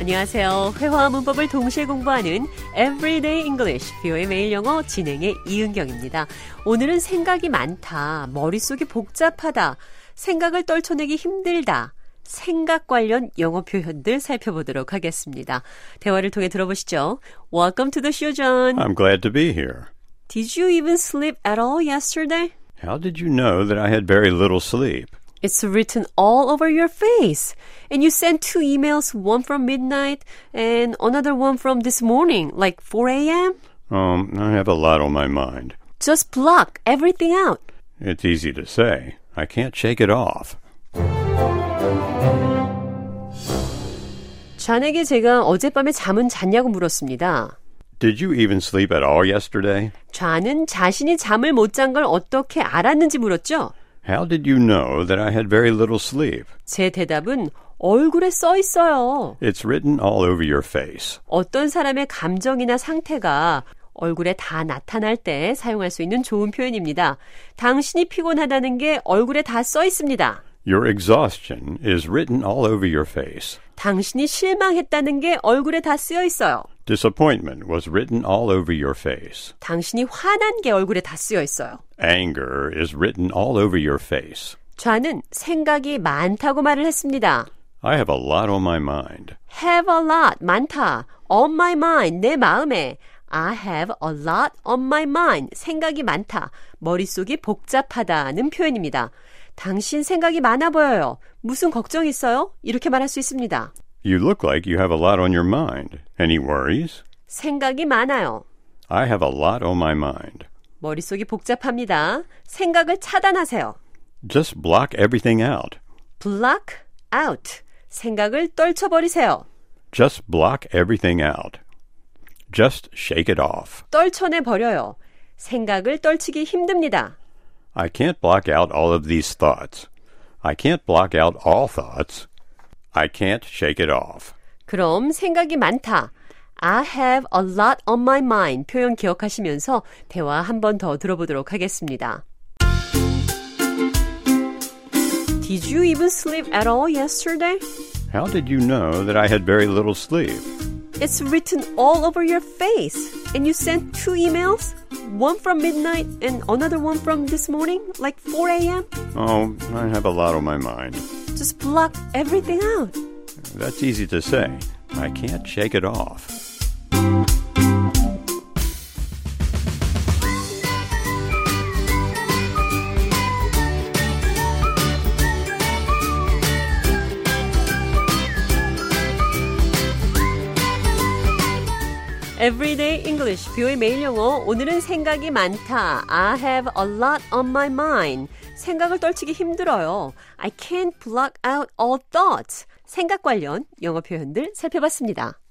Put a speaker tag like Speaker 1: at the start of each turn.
Speaker 1: 안녕하세요. 회화와 문법을 동시에 공부하는 Everyday English, 뷰의 매일 영어 진행의 이은경입니다. 오늘은 생각이 많다, 머릿속이 복잡하다, 생각을 떨쳐내기 힘들다, 생각 관련 영어 표현들 살펴보도록 하겠습니다. 대화를 통해 들어보시죠. Welcome to the show, John.
Speaker 2: I'm glad to be here.
Speaker 1: Did you even sleep at all yesterday?
Speaker 2: How did you know that I had very little sleep?
Speaker 1: It's written all over your face. And you sent two emails, one from midnight and another one from this morning, like 4 a.m.
Speaker 2: Um, I have a lot on my mind.
Speaker 1: Just block everything out.
Speaker 2: It's easy to say. I can't shake it off.
Speaker 1: 잔에게 제가 어젯밤에 잠은 잤냐고 물었습니다.
Speaker 2: Did you even sleep at all yesterday?
Speaker 1: 좌는 자신이 잠을 못 잔 걸 어떻게 알았는지 물었죠.
Speaker 2: How did you know that I had very little sleep?
Speaker 1: 제 대답은 얼굴에 써 있어요.
Speaker 2: It's written all over your face.
Speaker 1: 어떤 사람의 감정이나 상태가 얼굴에 다 나타날 때 사용할 수 있는 좋은 표현입니다. 당신이 피곤하다는 게 얼굴에 다 써 있습니다.
Speaker 2: Your exhaustion is written all over your face.
Speaker 1: 당신이 실망했다는 게 얼굴에 다 쓰여 있어요.
Speaker 2: Disappointment was written all over your face.
Speaker 1: 당신이 화난 게 얼굴에 다 쓰여 있어요.
Speaker 2: Anger is written all over your face.
Speaker 1: 좌는 생각이 많다고 말을 했습니다.
Speaker 2: I have a lot on my mind.
Speaker 1: have a lot 많다. on my mind 내 마음에 I have a lot on my mind 생각이 많다. 머릿속이 복잡하다는 표현입니다. 당신 생각이 많아 보여요. 무슨 걱정 있어요? 이렇게 말할 수 있습니다.
Speaker 2: You look like you have a lot on your mind. Any worries?
Speaker 1: 생각이 많아요.
Speaker 2: I have a lot on my mind.
Speaker 1: 머릿속이 복잡합니다. 생각을 차단하세요.
Speaker 2: Just block everything out.
Speaker 1: block out 생각을 떨쳐버리세요.
Speaker 2: Just block everything out. Just shake it off.
Speaker 1: 떨쳐내 버려요. 생각을 떨치기 힘듭니다.
Speaker 2: I can't block out all of these thoughts. I can't block out all thoughts. I can't shake it off.
Speaker 1: 그럼 생각이 많다. I have a lot on my mind. 표현 기억하시면서 대화 한 번 더 들어보도록 하겠습니다. Did you even sleep at all yesterday?
Speaker 2: How did you know that I had very little sleep?
Speaker 1: It's written all over your face. And you sent two emails? One from midnight and another one from this morning, like 4 a.m.
Speaker 2: Oh, I have a lot on my mind.
Speaker 1: Just block everything out.
Speaker 2: That's easy to say. I can't shake it off.
Speaker 1: Everyday English, 뷰의 매일 영어. 오늘은 생각이 많다. I have a lot on my mind. 생각을 떨치기 힘들어요. I can't block out all thoughts. 생각 관련 영어 표현들 살펴봤습니다.